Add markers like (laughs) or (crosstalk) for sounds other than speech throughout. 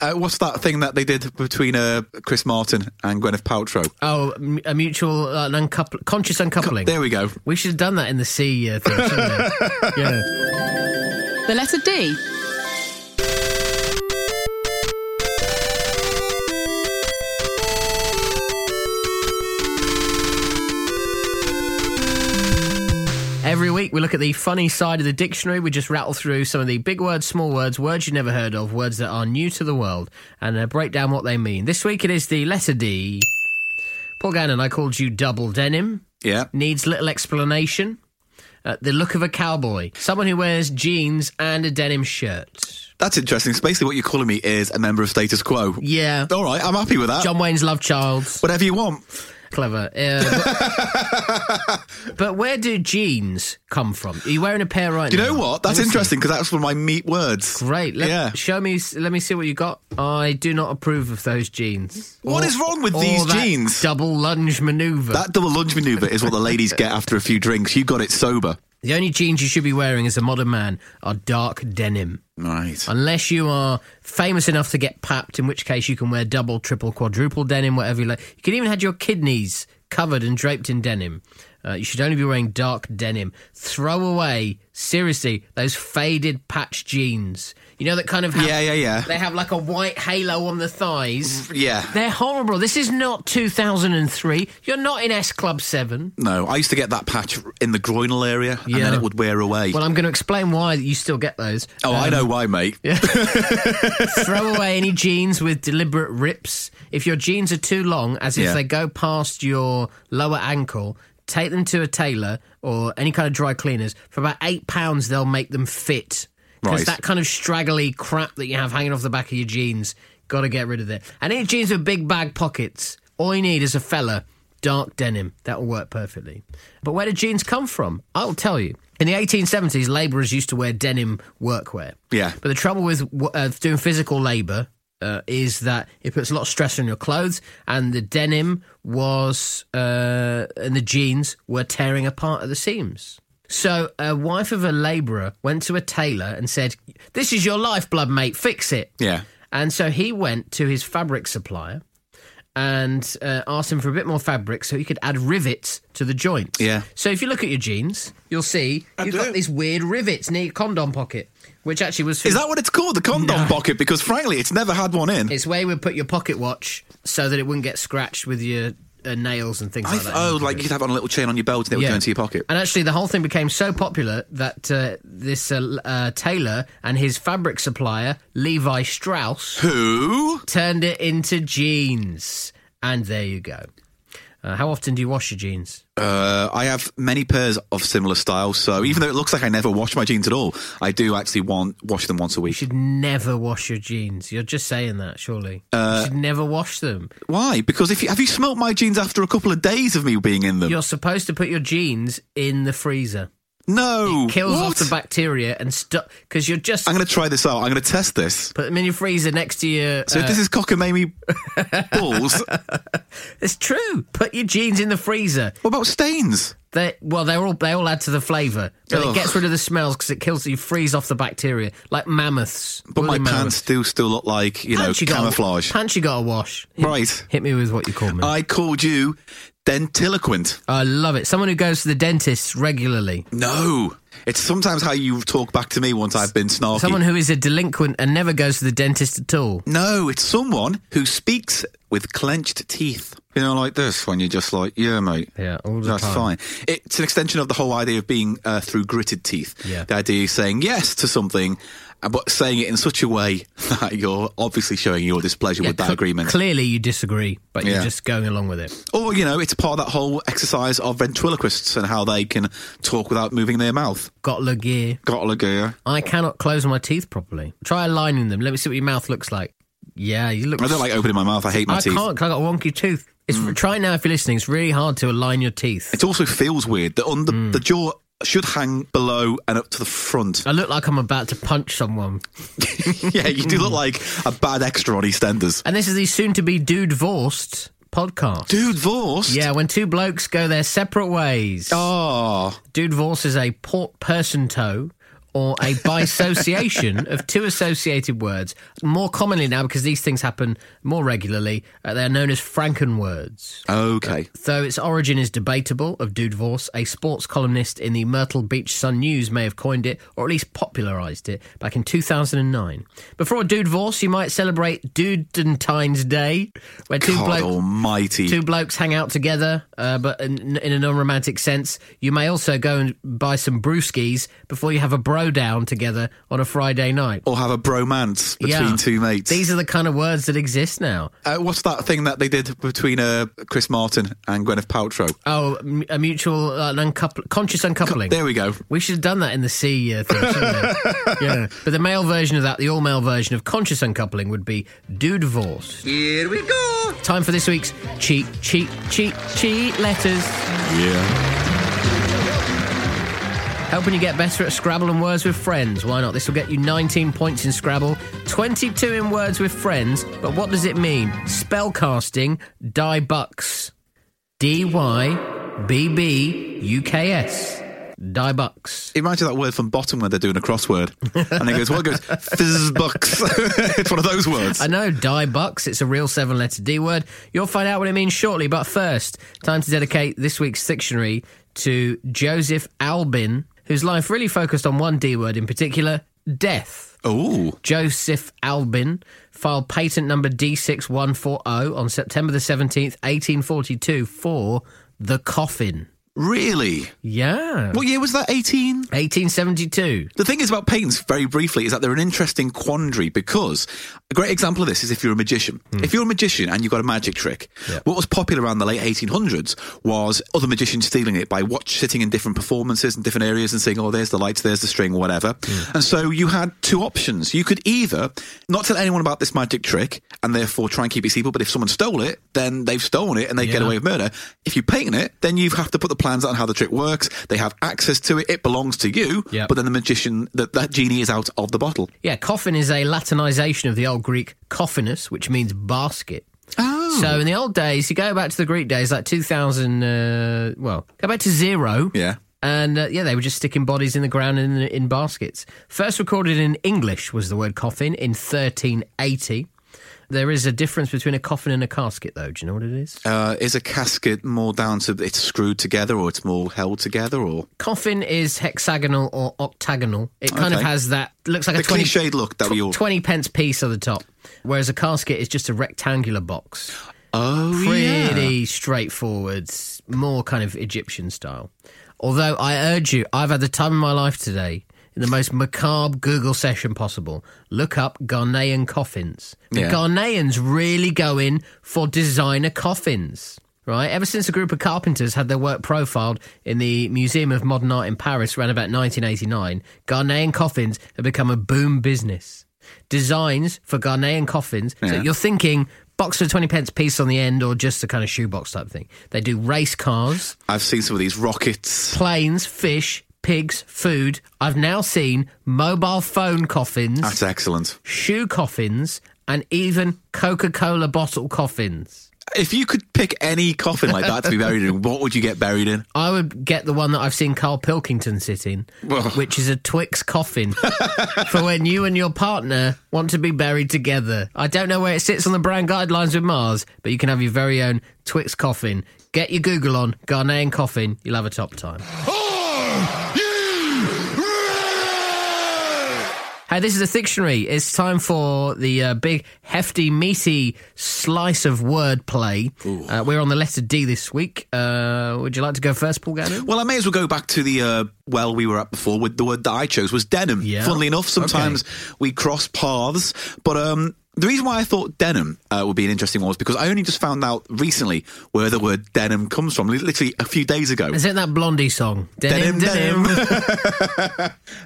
Uh, what's that thing that they did between uh, Chris Martin and Gwyneth Paltrow? Oh, m- a mutual uh, an uncoupl- conscious uncoupling. There we go. we should have done that in the sea uh, thing, shouldn't (laughs) we? Yeah. The letter D. Every week we look at the funny side of the dictionary. We just rattle through some of the big words, small words, words you never heard of, words that are new to the world, and uh, break down what they mean. This week it is the letter D. Paul Gannon, I called you double denim. Yeah. Needs little explanation. Uh, the look of a cowboy. Someone who wears jeans and a denim shirt. That's interesting. So basically, what you're calling me is a member of status quo. Yeah. All right, I'm happy with that. John Wayne's love child. Whatever you want. Clever. Uh, (laughs) but, but where do jeans come from? Are you wearing a pair right Do you now? know what? That's Let me see. interesting because that's one of my meat words. Great. Let, yeah. Show me. Let me see what you got. I do not approve of those jeans. What What is is wrong with these jeans? Double lunge maneuver. That double lunge maneuver is what the ladies get after a few drinks. You got it sober. the only jeans you should be wearing as a modern man are dark denim, Right. unless you are famous enough to get papped. In which case, you can wear double, triple, quadruple denim, whatever you like. You can even have your kidneys covered and draped in denim. Uh, you should only be wearing dark denim. Throw away, seriously, those faded patch jeans. You know that kind of have, Yeah, yeah, yeah. Mm, They have like a white halo on the thighs. Yeah. They're horrible. This is not 2003. You're not in S Club 7. No, I used to get that patch in the groinal area and then Yeah. it would wear away. Well, um, I'm going to explain why you still get those. oh, I know why, mate. (laughs) Throw away any jeans with deliberate rips. If your jeans are too long, as if Yeah. they go past your lower ankle, take them to a tailor or any kind of dry cleaners. For about £8, pounds, they'll make them fit. Because Right. that kind of straggly crap that you have hanging off the back of your jeans, got to get rid of it. And any jeans with big bag pockets, all you need is a fella, dark denim. That'll work perfectly. But where did jeans come from? I'll tell you. In the 1870s, labourers used to wear denim workwear. Yeah. But the trouble with w- uh, doing physical labour uh, is that it puts a lot of stress on your clothes, and the denim was uh, and the jeans were tearing apart at the seams. So a wife of a labourer went to a tailor and said, "This is your lifeblood, mate. Fix it." Yeah. And so he went to his fabric supplier and uh, asked him for a bit more fabric so he could add rivets to the joints. Yeah. So if you look at your jeans, you'll see you've got these weird rivets near your condom pocket, which actually was Is that what it's called? The condom pocket? Because frankly, it's never had one in. it's where you would put your pocket watch so that it wouldn't get scratched with your uh, nails and things I like th- that. oh, like you'd have it on a little chain on your belt and it would go into your pocket. And actually, the whole thing became so popular that uh, this uh, l- uh, tailor and his fabric supplier, (laughs) Levi Strauss, Who? turned it into jeans. And there you go. Uh, how often do you wash your jeans? Uh, I have many pairs of similar styles, so even though it looks like I never wash my jeans at all, I do actually want wash them once a week. You should never wash your jeans. You're just saying that, surely. Uh, you should never wash them. Why? Because if you, have you smelt my jeans after a couple of days of me being in them? You're supposed to put your jeans in the freezer. no. Kills what? off the bacteria and stuff. Because you're just. I'm going to try this out. I'm going to test this. Put them in your freezer next to your. So uh, if this is (laughs) cockamamie balls, it's true. Put your jeans in the freezer. what about stains? They well, they all they all add to the flavour, but it Ugh. gets rid of the smells because it kills. You freeze off the bacteria like mammoths. But my woolly pants mammoths. do still look like, you know, Pants gotta- camouflage. pants you got to wash. Hit, Right. Uh, Hit me with what you call me. I, I called you dentiloquent. love it. Someone who goes to the dentist regularly. No. It's sometimes how you talk back to me once I've been snarky. Someone who is a delinquent and never goes to the dentist at all. No, it's someone who speaks with clenched teeth. You know, like this, when you're just like, yeah, mate. Yeah, all the That's time. fine. It's an extension of the whole idea of being uh, through gritted teeth. Yeah. The idea of saying yes to something, uh, but saying it in such a way (laughs) that you're obviously showing your displeasure with that Cl- agreement. Clearly, you disagree, but you're Yeah. just going along with it. or, you know, it's part of that whole exercise of ventriloquists and how they can talk without moving their mouth. Got le gear. Got a gear. I cannot close my teeth properly. Try aligning them. Let me see what your mouth looks like. Yeah, you look. I don't like opening my mouth. I hate my I teeth. Mm. can't. 'cause I got a wonky tooth. It's try now if you're listening. It's really hard to align your teeth. It also feels weird that on the, Hmm. the jaw should hang below and up to the (laughs) front. I look like I'm about to punch someone. yeah, you do look like a bad extra on EastEnders. And this is the soon-to-be dude divorced podcast. Dude, Vorst. Yeah, when two blokes go their separate ways. Oh, Dude divorce is a port person toe. or a bisociation of two associated words. More commonly now, because these things happen more regularly, uh, they are known as Franken words. Okay. Though its origin is debatable, of Dude Vorse, a sports columnist in the Myrtle Beach Sun News may have coined it, or at least popularised it, back in 2009. Before Dude Vorse, you might celebrate Dudentine's Day, where two God blokes almighty. two blokes hang out together, uh, but in, in a non-romantic sense. You may also go and buy some brewskis before you have a bro down together on a Friday night. or have a bromance between Yeah. two mates. These are the kind of words that exist now. uh, what's that thing that they did between uh, Chris Martin and Gwyneth Paltrow? Oh, m- a mutual, uh, an uncoupl- conscious uncoupling. There we go. We should have done that in the C uh, thing, shouldn't we? yeah. But the male version of that, the all male version of conscious uncoupling, would be do divorce. Here we go. Time for this week's cheat, cheat, cheat, cheat letters. Yeah. Helping you get better at Scrabble and Words with Friends. Why not? This will get you 19 points in Scrabble, 22 in Words with Friends. But what does it mean? Spellcasting, die bucks. D Y B B U K S. Die bucks. Imagine that word from bottom when they're doing a crossword. And it goes, what (laughs) goes? Fizzbucks. (laughs) it's one of those words. I know, die bucks. It's a real seven letter D word. You'll find out what it means shortly, but first, time to dedicate this week's dictionary to Joseph Albin, whose life really focused on one D word in particular death. Oh, Joseph Albin filed patent number D6140 on September the 17th, 1842 for the coffin. really? Yeah. What year was that? 18? 1872. The thing is about patents, very briefly, is that they're an interesting quandary because a great example of this is if you're a magician. If you're a magician and you've got a magic trick, what was popular around the late 1800s was other magicians stealing it by watch sitting in different performances in different areas and saying, oh, there's the lights, there's the string, or whatever. And so you had two options. You could either not tell anyone about this magic trick and therefore try and keep it secret, but if someone stole it, then they've stolen it and they get Yeah. away with murder. If you patent it, then you have to put the plans out on how the trick works. They have access to it. It belongs to you. Yep. But then the magician, that, that genie is out of the bottle. Yeah, coffin is a Latinization of the old Greek coffinus, which means basket. Oh. So in the old days, you go back to the Greek days, like 2000, uh, well, go back to zero. Yeah. And uh, yeah, they were just sticking bodies in the ground in, in baskets. First recorded in English was the word coffin in 1380. There is a difference between a coffin and a casket, though. Do you know what it is? Uh, is a casket more down to it's screwed together or it's more held together or Coffin is hexagonal or octagonal. It kind of Okay. has that, looks like the a 20, cliched look that we all. 20 pence piece on the top, whereas a casket is just a rectangular box. oh, yeah. pretty straightforward, more kind of Egyptian style. Although I urge you, I've had the time of my life today in the most macabre Google session possible. Look up Ghanaian coffins. The Yeah. Ghanaians really go in for designer coffins. Right, ever since a group of carpenters had their work profiled in the Museum of Modern Art in Paris around about 1989, Ghanaian coffins have become a boom business. Designs for Ghanaian coffins. So Yeah. you're thinking box for 20 pence piece on the end or just a kind of shoebox type thing. They do race cars, I've seen some of these rockets. planes, fish, pigs, food. I've now seen mobile phone coffins, That's excellent. shoe coffins, and even Coca Cola bottle coffins. If you could pick any coffin like that to be buried in, what would you get buried in? I would get the one that I've seen Carl Pilkington sit in, Well. which is a Twix coffin for when you and your partner want to be buried together. I don't know where it sits on the brand guidelines with Mars, but you can have your very own Twix coffin. Get your Google on Ghanaian coffin, you'll have a top time. Hey, this is a dictionary. It's time for the uh, big, hefty, meaty slice of wordplay. Uh, we're on the letter D this week. Uh, would you like to go first, Paul Gannon? Well, I may as well go back to the uh, well we were at before. With the word that I chose was denim. Yeah. Funnily enough, sometimes we cross paths, but um, the reason why I thought denim uh, would be an interesting one was because I only just found out recently where the word denim comes from. li- Literally a few days ago. Is it that Blondie song? Denim,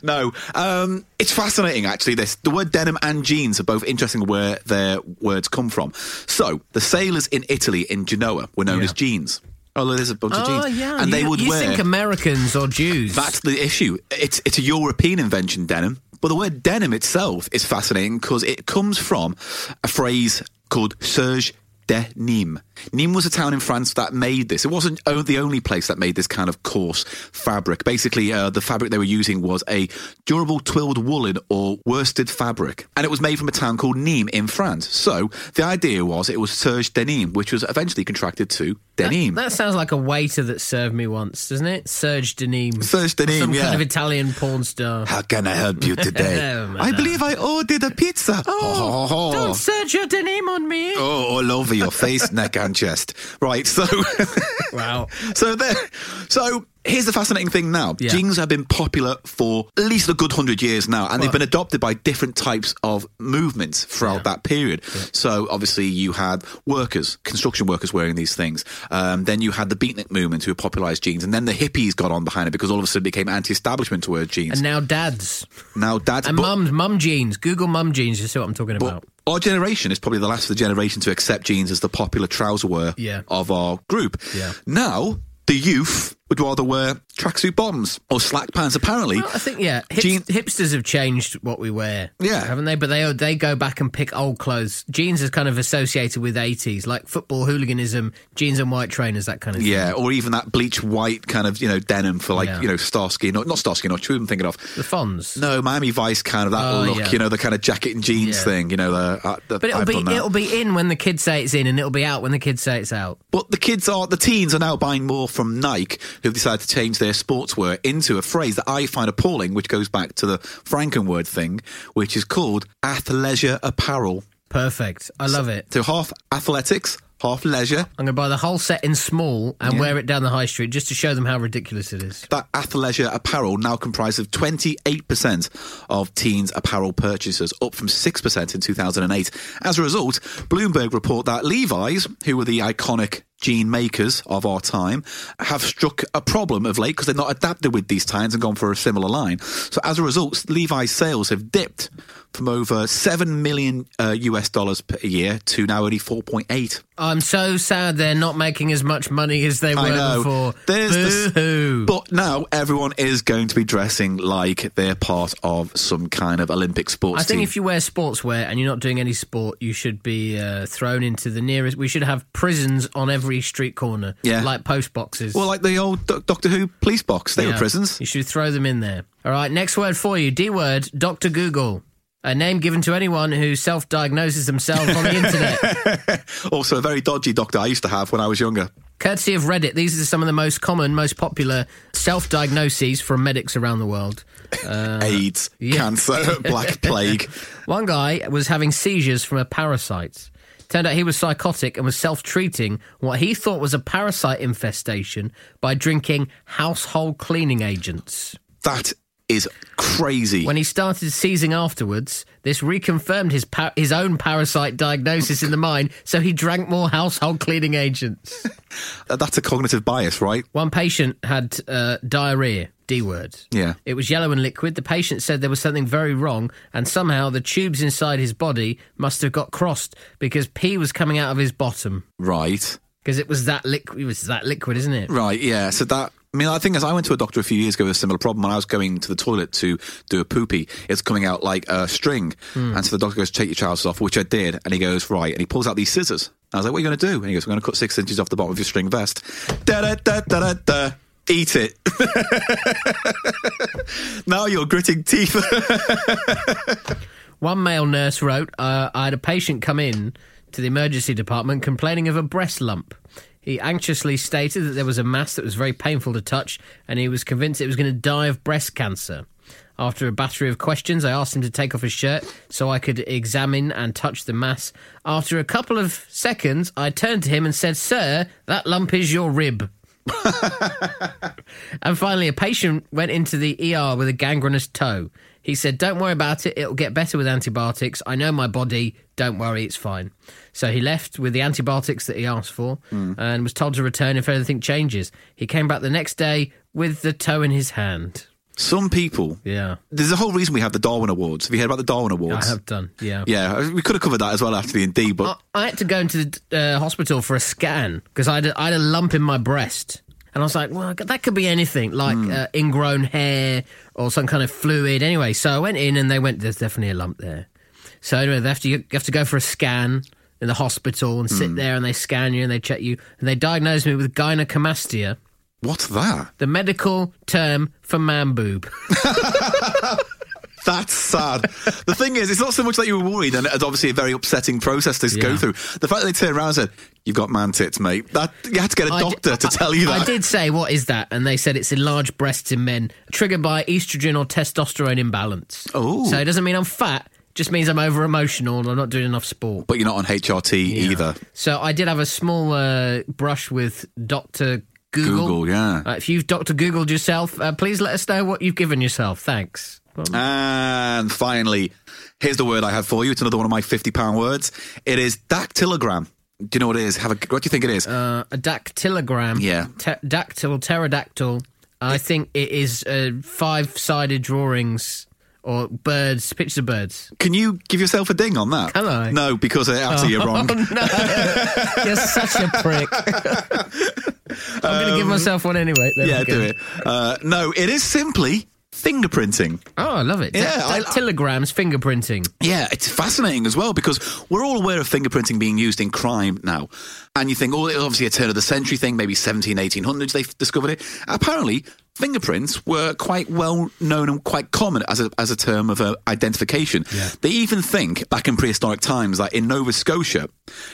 No, um, it's fascinating actually. This the word denim and jeans are both interesting where their words come from. So the sailors in Italy in Genoa were known Yeah. as jeans. Although there's a bunch Oh (laughs) of jeans, yeah, and they you, would you wear. think Americans or Jews? That's the issue. It's it's a European invention, denim. But the word denim itself is fascinating because it comes from a phrase called serge de Nîmes. Nîmes was a town in France that made this. It wasn't o- the only place that made this kind of coarse fabric. Basically, uh, the fabric they were using was a durable twilled woolen or worsted fabric, and it was made from a town called Nîmes in France. So the idea was it was Serge de Nîmes, which was eventually contracted to Denim. That sounds like a waiter that served me once, doesn't it? Serge Denim. Serge Denim, Some yeah. kind of Italian porn star. How can I help you today? (laughs) Oh, I madame. believe I ordered a pizza. Oh, Don't Serge your Denim on me. Oh, all over your face, (laughs) neck, and chest. Right, so (laughs) Wow. so there. So here's the fascinating thing. Now, Yeah. jeans have been popular for at least a good hundred years now, and they've been adopted by different types of movements throughout that period. So obviously, you had workers, construction workers, wearing these things. Um, then you had the beatnik movement who popularized jeans, and then the hippies got on behind it because all of a sudden it became anti-establishment to wear jeans. And now dads. now, dads, And but- mums, mum jeans. Google mum jeans. You see what I'm talking about. Our generation is probably the last of the generation to accept jeans as the popular trouser wear Yeah. of our group. Yeah. Now, the youth would rather wear tracksuit bottoms or slack pants, apparently. Well, I think yeah, hip- Jean- hipsters have changed what we wear. Yeah. haven't they? But they they go back and pick old clothes. Jeans is kind of associated with eighties, like football hooliganism. Jeans and white trainers, that kind of thing. yeah, or even that bleach white kind of, you know, denim for like, Yeah. you know, Starsky, not, not Starsky, not who I'm thinking of. The Fonz. No, Miami Vice kind of that Oh, look, yeah. you know, the kind of jacket and jeans Yeah. thing, you know, the, uh, the but it'll I've be done that. it'll be in when the kids say it's in, and it'll be out when the kids say it's out. But the kids are, the teens are now buying more from Nike, who've decided to change their sportswear into a phrase that I find appalling, which goes back to the Frankenword thing, which is called athleisure apparel. Perfect. I love it. So half athletics, half leisure. I'm going to buy the whole set in small and wear it down the high street just to show them how ridiculous it is. That athleisure apparel now comprises 28% of teens' apparel purchases, up from 6% in 2008. As a result, Bloomberg report that Levi's, who were the iconic jean makers of our time, have struck a problem of late because they're not adapted with these times and gone for a similar line. So as a result, Levi's sales have dipped from over 7 million uh, US dollars per year to now only 4.8. I'm so sad they're not making as much money as they were I know. before. There's the- Boo-hoo. But now everyone is going to be dressing like they're part of some kind of Olympic sports I think team. if you wear sportswear and you're not doing any sport, you should be uh, thrown into the nearest. We should have prisons on every street corner, Yeah. like post boxes. well, like the old Do- Doctor Who police box, they were prisons. You should throw them in there. All right, next word for you. D word, Doctor Google, a name given to anyone who self-diagnoses themselves on the (laughs) internet. Also, a very dodgy doctor I used to have when I was younger. Courtesy of Reddit, these are some of the most common, most popular self-diagnoses from medics around the world. Uh, AIDS, (laughs) cancer, black plague. One guy was having seizures from a parasite. Turned out he was psychotic and was self treating what he thought was a parasite infestation by drinking household cleaning agents. That is crazy. When he started seizing afterwards, this reconfirmed his, pa- his own parasite diagnosis in the mind, so he drank more household cleaning agents. Uh, That's a cognitive bias, right? One patient had uh, diarrhea, D word. Yeah. It was yellow and liquid. The patient said there was something very wrong, and somehow the tubes inside his body must have got crossed because pee was coming out of his bottom Right. because it was that liquid. It was that liquid, isn't it? Right, yeah. So that, I mean, I think as I went to a doctor a few years ago with a similar problem, when I was going to the toilet to do a poopy, it's coming out like a string. Hmm. And so the doctor goes, take your trousers off, which I did. And he goes, right. And he pulls out these scissors. And I was like, what are you going to do? And he goes, I'm going to cut six inches off the bottom of your string vest. Da da da da da da. Eat it. (laughs) now you're gritting teeth. One male nurse wrote, uh, "I had a patient come in to the emergency department complaining of a breast lump." He anxiously stated that there was a mass that was very painful to touch, and he was convinced it was going to die of breast cancer. After a battery of questions, I asked him to take off his shirt so I could examine and touch the mass. After a couple of seconds, I turned to him and said, Sir, that lump is your rib. And finally, a patient went into the ER with a gangrenous toe. He said, Don't worry about it. It'll get better with antibiotics. I know my body. Don't worry. It's fine. So he left with the antibiotics that he asked for and was told to return if anything changes. He came back the next day with the toe in his hand. Some people, Yeah. there's a whole reason we have the Darwin Awards. Have you heard about the Darwin Awards? I have done. Yeah. Yeah, we could have covered that as well, actually, in D, but I, I had to go into the uh, hospital for a scan because I, had a- I had a lump in my breast. And I was like, well, that could be anything, like uh, ingrown hair or some kind of fluid. Anyway, so I went in and they went, there's definitely a lump there. So anyway, they have to, you have to go for a scan. in the hospital and sit there and they scan you and they check you and they diagnosed me with gynecomastia, What's that? the medical term for man boob. (laughs) That's sad. (laughs) the thing is, it's not so much that you were worried, and it's obviously a very upsetting process to Yeah. go through. The fact that they turned around and said, You've got man tits, mate. That You had to get a I d- doctor to I- tell you that. I did say, what is that? And they said it's enlarged breasts in men, triggered by estrogen or testosterone imbalance. Oh. So it doesn't mean I'm fat, just means I'm over emotional and I'm not doing enough sport. But you're not on HRT either. So I did have a small uh, brush with Dr. Google. Google, yeah. Uh, if you've Dr. Googled yourself, uh, please let us know what you've given yourself. Thanks. Well, And finally, here's the word I have for you. It's another one of my £50 words. It is dactylogram. Do you know what it is? Have a, what do you think it is? uh, a dactylogram. Yeah. Te- dactyl, pterodactyl. I think it is uh, five sided drawings or birds, pictures of birds. Can you give yourself a ding on that? Can I? No, because uh, actually you're wrong. (laughs) You're such a prick. I'm going to give myself one anyway. There Um, Yeah, we go. do it. Uh, no, it is simply fingerprinting. Oh, I love it. Yeah, Yeah, I- (laughs) telegrams, fingerprinting. Yeah, it's fascinating as well because we're all aware of fingerprinting being used in crime now. And you think, oh, it's obviously a turn of the century thing, maybe 17, 1800s they discovered it. Apparently, fingerprints were quite well known and quite common as a, as a term of uh, identification. They even think back in prehistoric times, like in Nova Scotia,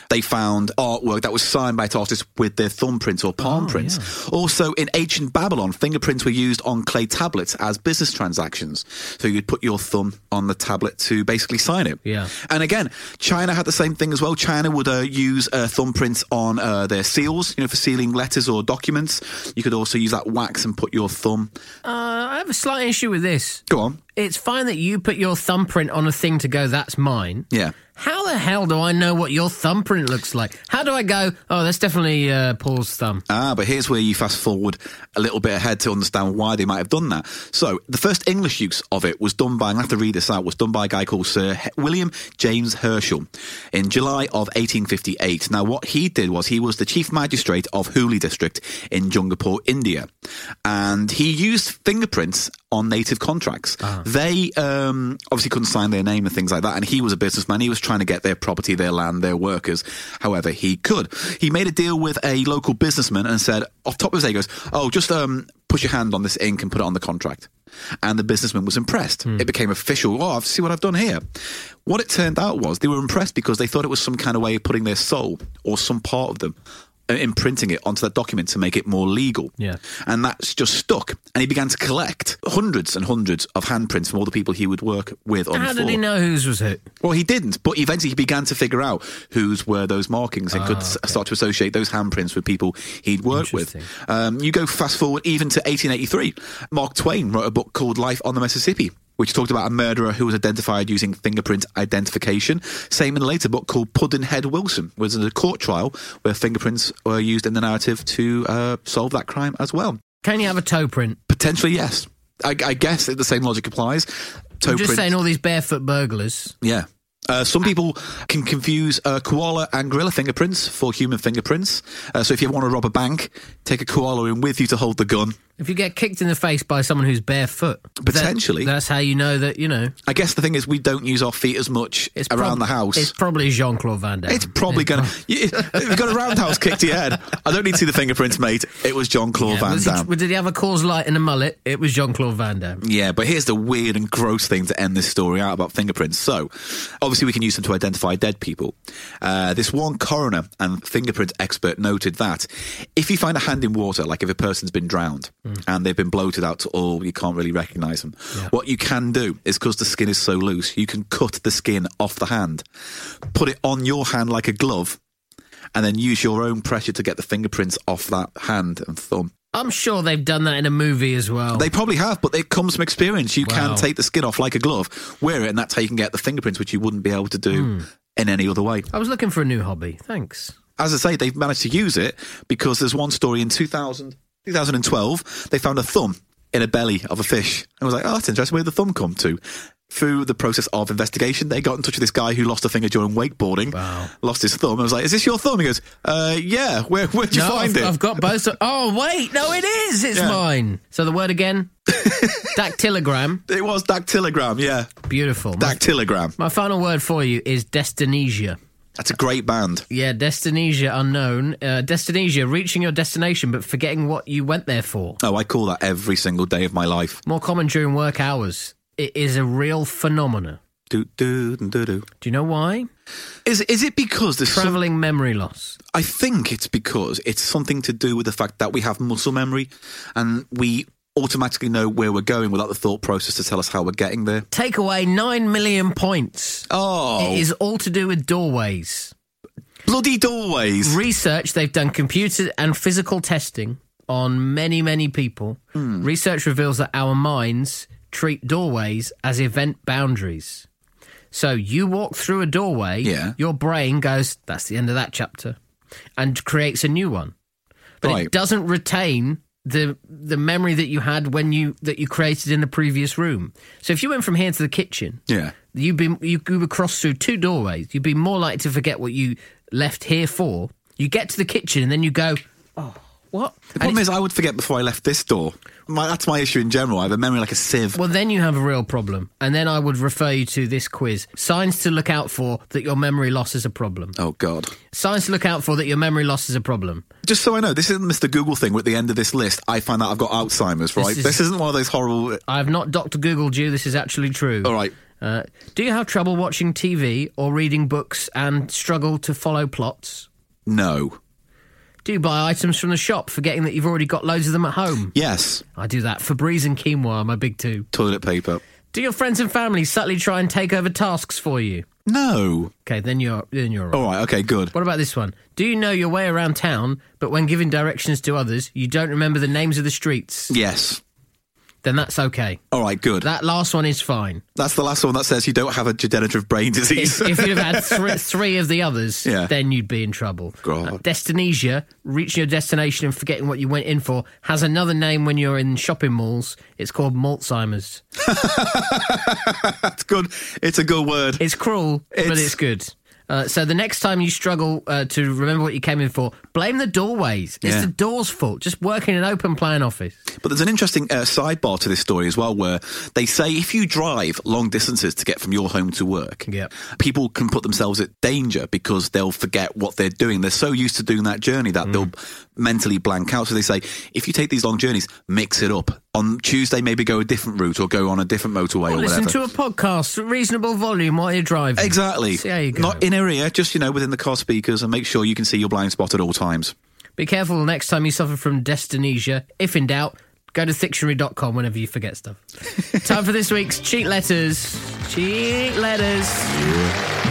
they found artwork that was signed by artists with their thumbprints or palm prints. Also, in ancient Babylon, fingerprints were used on clay tablets as business transactions. So you'd put your thumb on the tablet to basically sign it. Yeah. And again, China had the same thing as well. China would uh, use uh, thumbprints on uh, their seals, you know, for sealing letters or documents. You could also use that wax and put your thumb. Uh, I have a slight issue with this. Go on. It's fine that you put your thumbprint on a thing to go, that's mine. Yeah. How the hell do I know what your thumbprint looks like? How do I go, oh, that's definitely uh, Paul's thumb? Ah, but here's where you fast forward a little bit ahead to understand why they might have done that. So, the first English use of it was done by, I'm going to have to read this out, was done by a guy called Sir H- William James Herschel in July of 1858. Now, what he did was he was the chief magistrate of Hooghly district in Jungapur, India. And he used fingerprints on native contracts. They um, obviously couldn't sign their name and things like that. And he was a businessman. He was trying to get their property, their land, their workers, however he could. He made a deal with a local businessman and said, off top of his head, he goes, Oh, just um, push your hand on this ink and put it on the contract. And the businessman was impressed. It became official. Oh, I've see what I've done here. What it turned out was they were impressed because they thought it was some kind of way of putting their soul or some part of them uh, imprinting it onto that document to make it more legal. Yeah. And that's just stuck. And he began to collect hundreds and hundreds of handprints from all the people he would work with on How did for. he know whose was who? Well, he didn't, but eventually he began to figure out whose were those markings and could Ah, s start to associate those handprints with people he'd worked with. Um, you go fast forward even to 1883. Mark Twain wrote a book called Life on the Mississippi. Which talked about a murderer who was identified using fingerprint identification. Same in a later book called Puddinhead Wilson, was in a court trial where fingerprints were used in the narrative to uh, solve that crime as well. Can you have a toe print? Potentially, yes. I, I guess that the same logic applies. Toe I'm just print- saying, all these barefoot burglars. yeah. Uh, some people can confuse uh, koala and gorilla fingerprints for human fingerprints. Uh, so if you want to rob a bank, take a koala in with you to hold the gun. If you get kicked in the face by someone who's barefoot, that- Potentially. that's how you know that you know I guess the thing is, we don't use our feet as much prob- around the house. It's It's, probably Jean Claude Van Damme. probably going to. If you got a roundhouse kick to your head, I don't need to see the fingerprints, mate. It was John Claude Yeah, Van was he- Damme. did he have a cause light and a mullet? It was Jean Claude Van Damme. Yeah, but here's the weird and gross thing to end this story out about fingerprints. So, obviously, we can use them to identify dead people. Uh, this one coroner and fingerprint expert noted that if you find a hand in water, like if a person's been drowned and they've been bloated out to all, you can't really recognize them. What you can do is because the skin is so loose, you can cut the skin off the hand, put it on your hand like a glove, and then use your own pressure to get the fingerprints off that hand and thumb. I'm sure they've done that in a movie as well. They probably have, but it comes from experience. You Wow. can take the skin off like a glove, wear it, and that's how you can get the fingerprints, which you wouldn't be able to Hmm. do in any other way. I was looking for a new hobby. Thanks. As I say, they've managed to use it because there's one story in 2000, 2012, they found a thumb in a belly of a fish. And I was like, oh, that's interesting. Where did the thumb come to? Through the process of investigation, they got in touch with this guy who lost a finger during wakeboarding, Wow. lost his thumb. I was like, is this your thumb? He goes, uh, yeah, where, where'd you no, find I've, it? I've got both. oh wait, no, it is. It's Yeah. mine. So the (laughs) word again, dactylogram. it was dactylogram, yeah. Beautiful. My, Dactylogram. my final word for you is destinesia. That's a great band. Yeah, Destinesia Unknown. Uh, Destinesia, reaching your destination but forgetting what you went there for. Oh, I call that every single day of my life. More common during work hours. It is a real phenomena. Do do do do. Do you know why? Is is it because there's some- Travelling memory loss. I think it's because it's something to do with the fact that we have muscle memory and we automatically know where we're going without the thought process to tell us how we're getting there. Take away 9 million points. Oh, It is all to do with doorways. bloody doorways. Research, they've done computer and physical testing on many, many people. Hmm. Research reveals that our minds treat doorways as event boundaries. So you walk through a doorway, Yeah. your brain goes, that's the end of that chapter, and creates a new one. But Right. it doesn't retain the the memory that you had when you that you created in the previous room. So if you went from here to the kitchen, yeah. you'd be you, you would cross through two doorways. You'd be more likely to forget what you left here for. You get to the kitchen and then you go, oh, what? The And problem it's- is, I would forget before I left this door. My, that's my issue in general. I have a memory like a sieve. well, then you have a real problem. And then I would refer you to this quiz: signs to look out for that your memory loss is a problem. Oh God! Signs to look out for that your memory loss is a problem. Just so I know, this isn't Mr. Google thing. Where at the end of this list, I find out I've got Alzheimer's. Right? is- This, is... not one of those horrible. I have not Doctor Googled you. This is actually true. All right. Uh, do you have trouble watching TV or reading books and struggle to follow plots? No. Do you buy items from the shop, forgetting that you've already got loads of them at home? Yes. I do that. Febreze and quinoa are my big two. Toilet paper. Do your friends and family subtly try and take over tasks for you? No. Okay, then you're then you're right. All right. Okay. Good. What about this one? Do you know your way around town, but when giving directions to others, you don't remember the names of the streets? Yes. Then that's okay. All right. Good. That last one is (laughs) fine. That's the last one that says you don't have a degenerative brain (laughs) disease. If, if you'd have had thr three of the others, Yeah. then you'd be in trouble. Uh, God. Destinesia, reaching your destination and forgetting what you went in for, has another name when you're in shopping malls. It's called Maltzheimer's. That's good. It's a good word. It's cruel, but It's- it's good. Uh, so the next time you struggle uh, to remember what you came in for, blame the doorways. It's Yeah. the door's fault. Just work in an open plan office. But there's an interesting uh, sidebar to this story as well, where they say if you drive long distances to get from your home to work, Yep. people can put themselves at danger because they'll forget what they're doing. They're so used to doing that journey that they'll Mm. mentally blank out. So they say if you take these long journeys, mix it up. On Tuesday, maybe go a different route or go on a different motorway or, Listen whatever. to a podcast at reasonable volume while you're driving. Exactly. See how you go. Not in your ear, just you know, within the car speakers, and make sure you can see your blind spot at all times. Be careful the next time you suffer from destinesia. If in doubt, go to dictionary.com whenever you (laughs) forget stuff. time for this week's cheat letters. Cheat letters.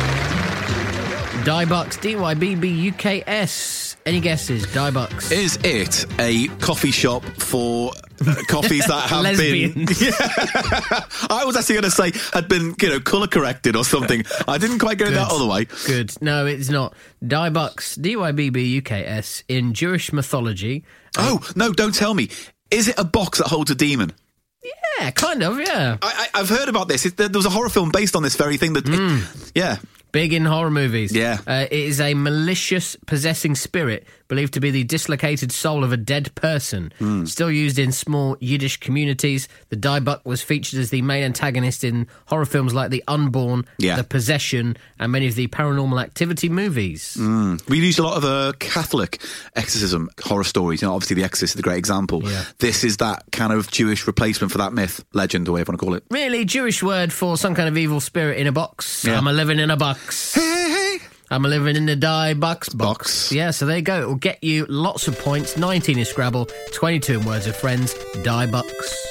Diebucks, D Y B B U K S. Any guesses? Diebucks. Is it a coffee shop for uh, coffees that have been? (laughs) Lesbians. Yeah, I was actually going to say had been you know color corrected or something. I didn't quite go that other way. Good. No, it's not. Diebucks, D Y B B U K S, in Jewish mythology. Oh no! Don't tell me. Is it a box that holds a demon? Yeah, kind of, yeah. I, I, I've heard about this. It, there there was a horror film based on this very thing. That Hmm. yeah, Big in horror movies. Yeah. Uh, it is a malicious possessing spirit believed to be the dislocated soul of a dead person. Hmm. Still used in small Yiddish communities, the diebuck was featured as the main antagonist in horror films like The Unborn, Yeah. The Possession, and many of the paranormal activity movies. Hmm. we used a lot of uh, Catholic exorcism horror stories. You know, obviously the Exorcist is the great example. Yeah. This is that kind of Jewish replacement for that myth, legend, or whatever you want to call it. Really, Jewish word for some kind of evil spirit in a box. Yeah. I'm a living in a box. Hey, hey. I'm a living in the die box box. Box. Yeah, so there you go. It will get you lots of points. 19 in Scrabble, 22 in Words of Friends, die box.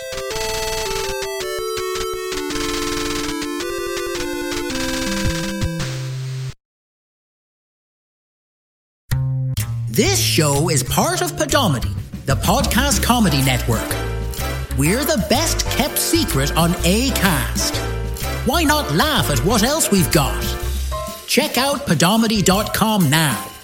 This show is part of Podomedy, the podcast comedy network. We're the best kept secret on ACAST. Why not laugh at what else we've got? Check out podomedy.com now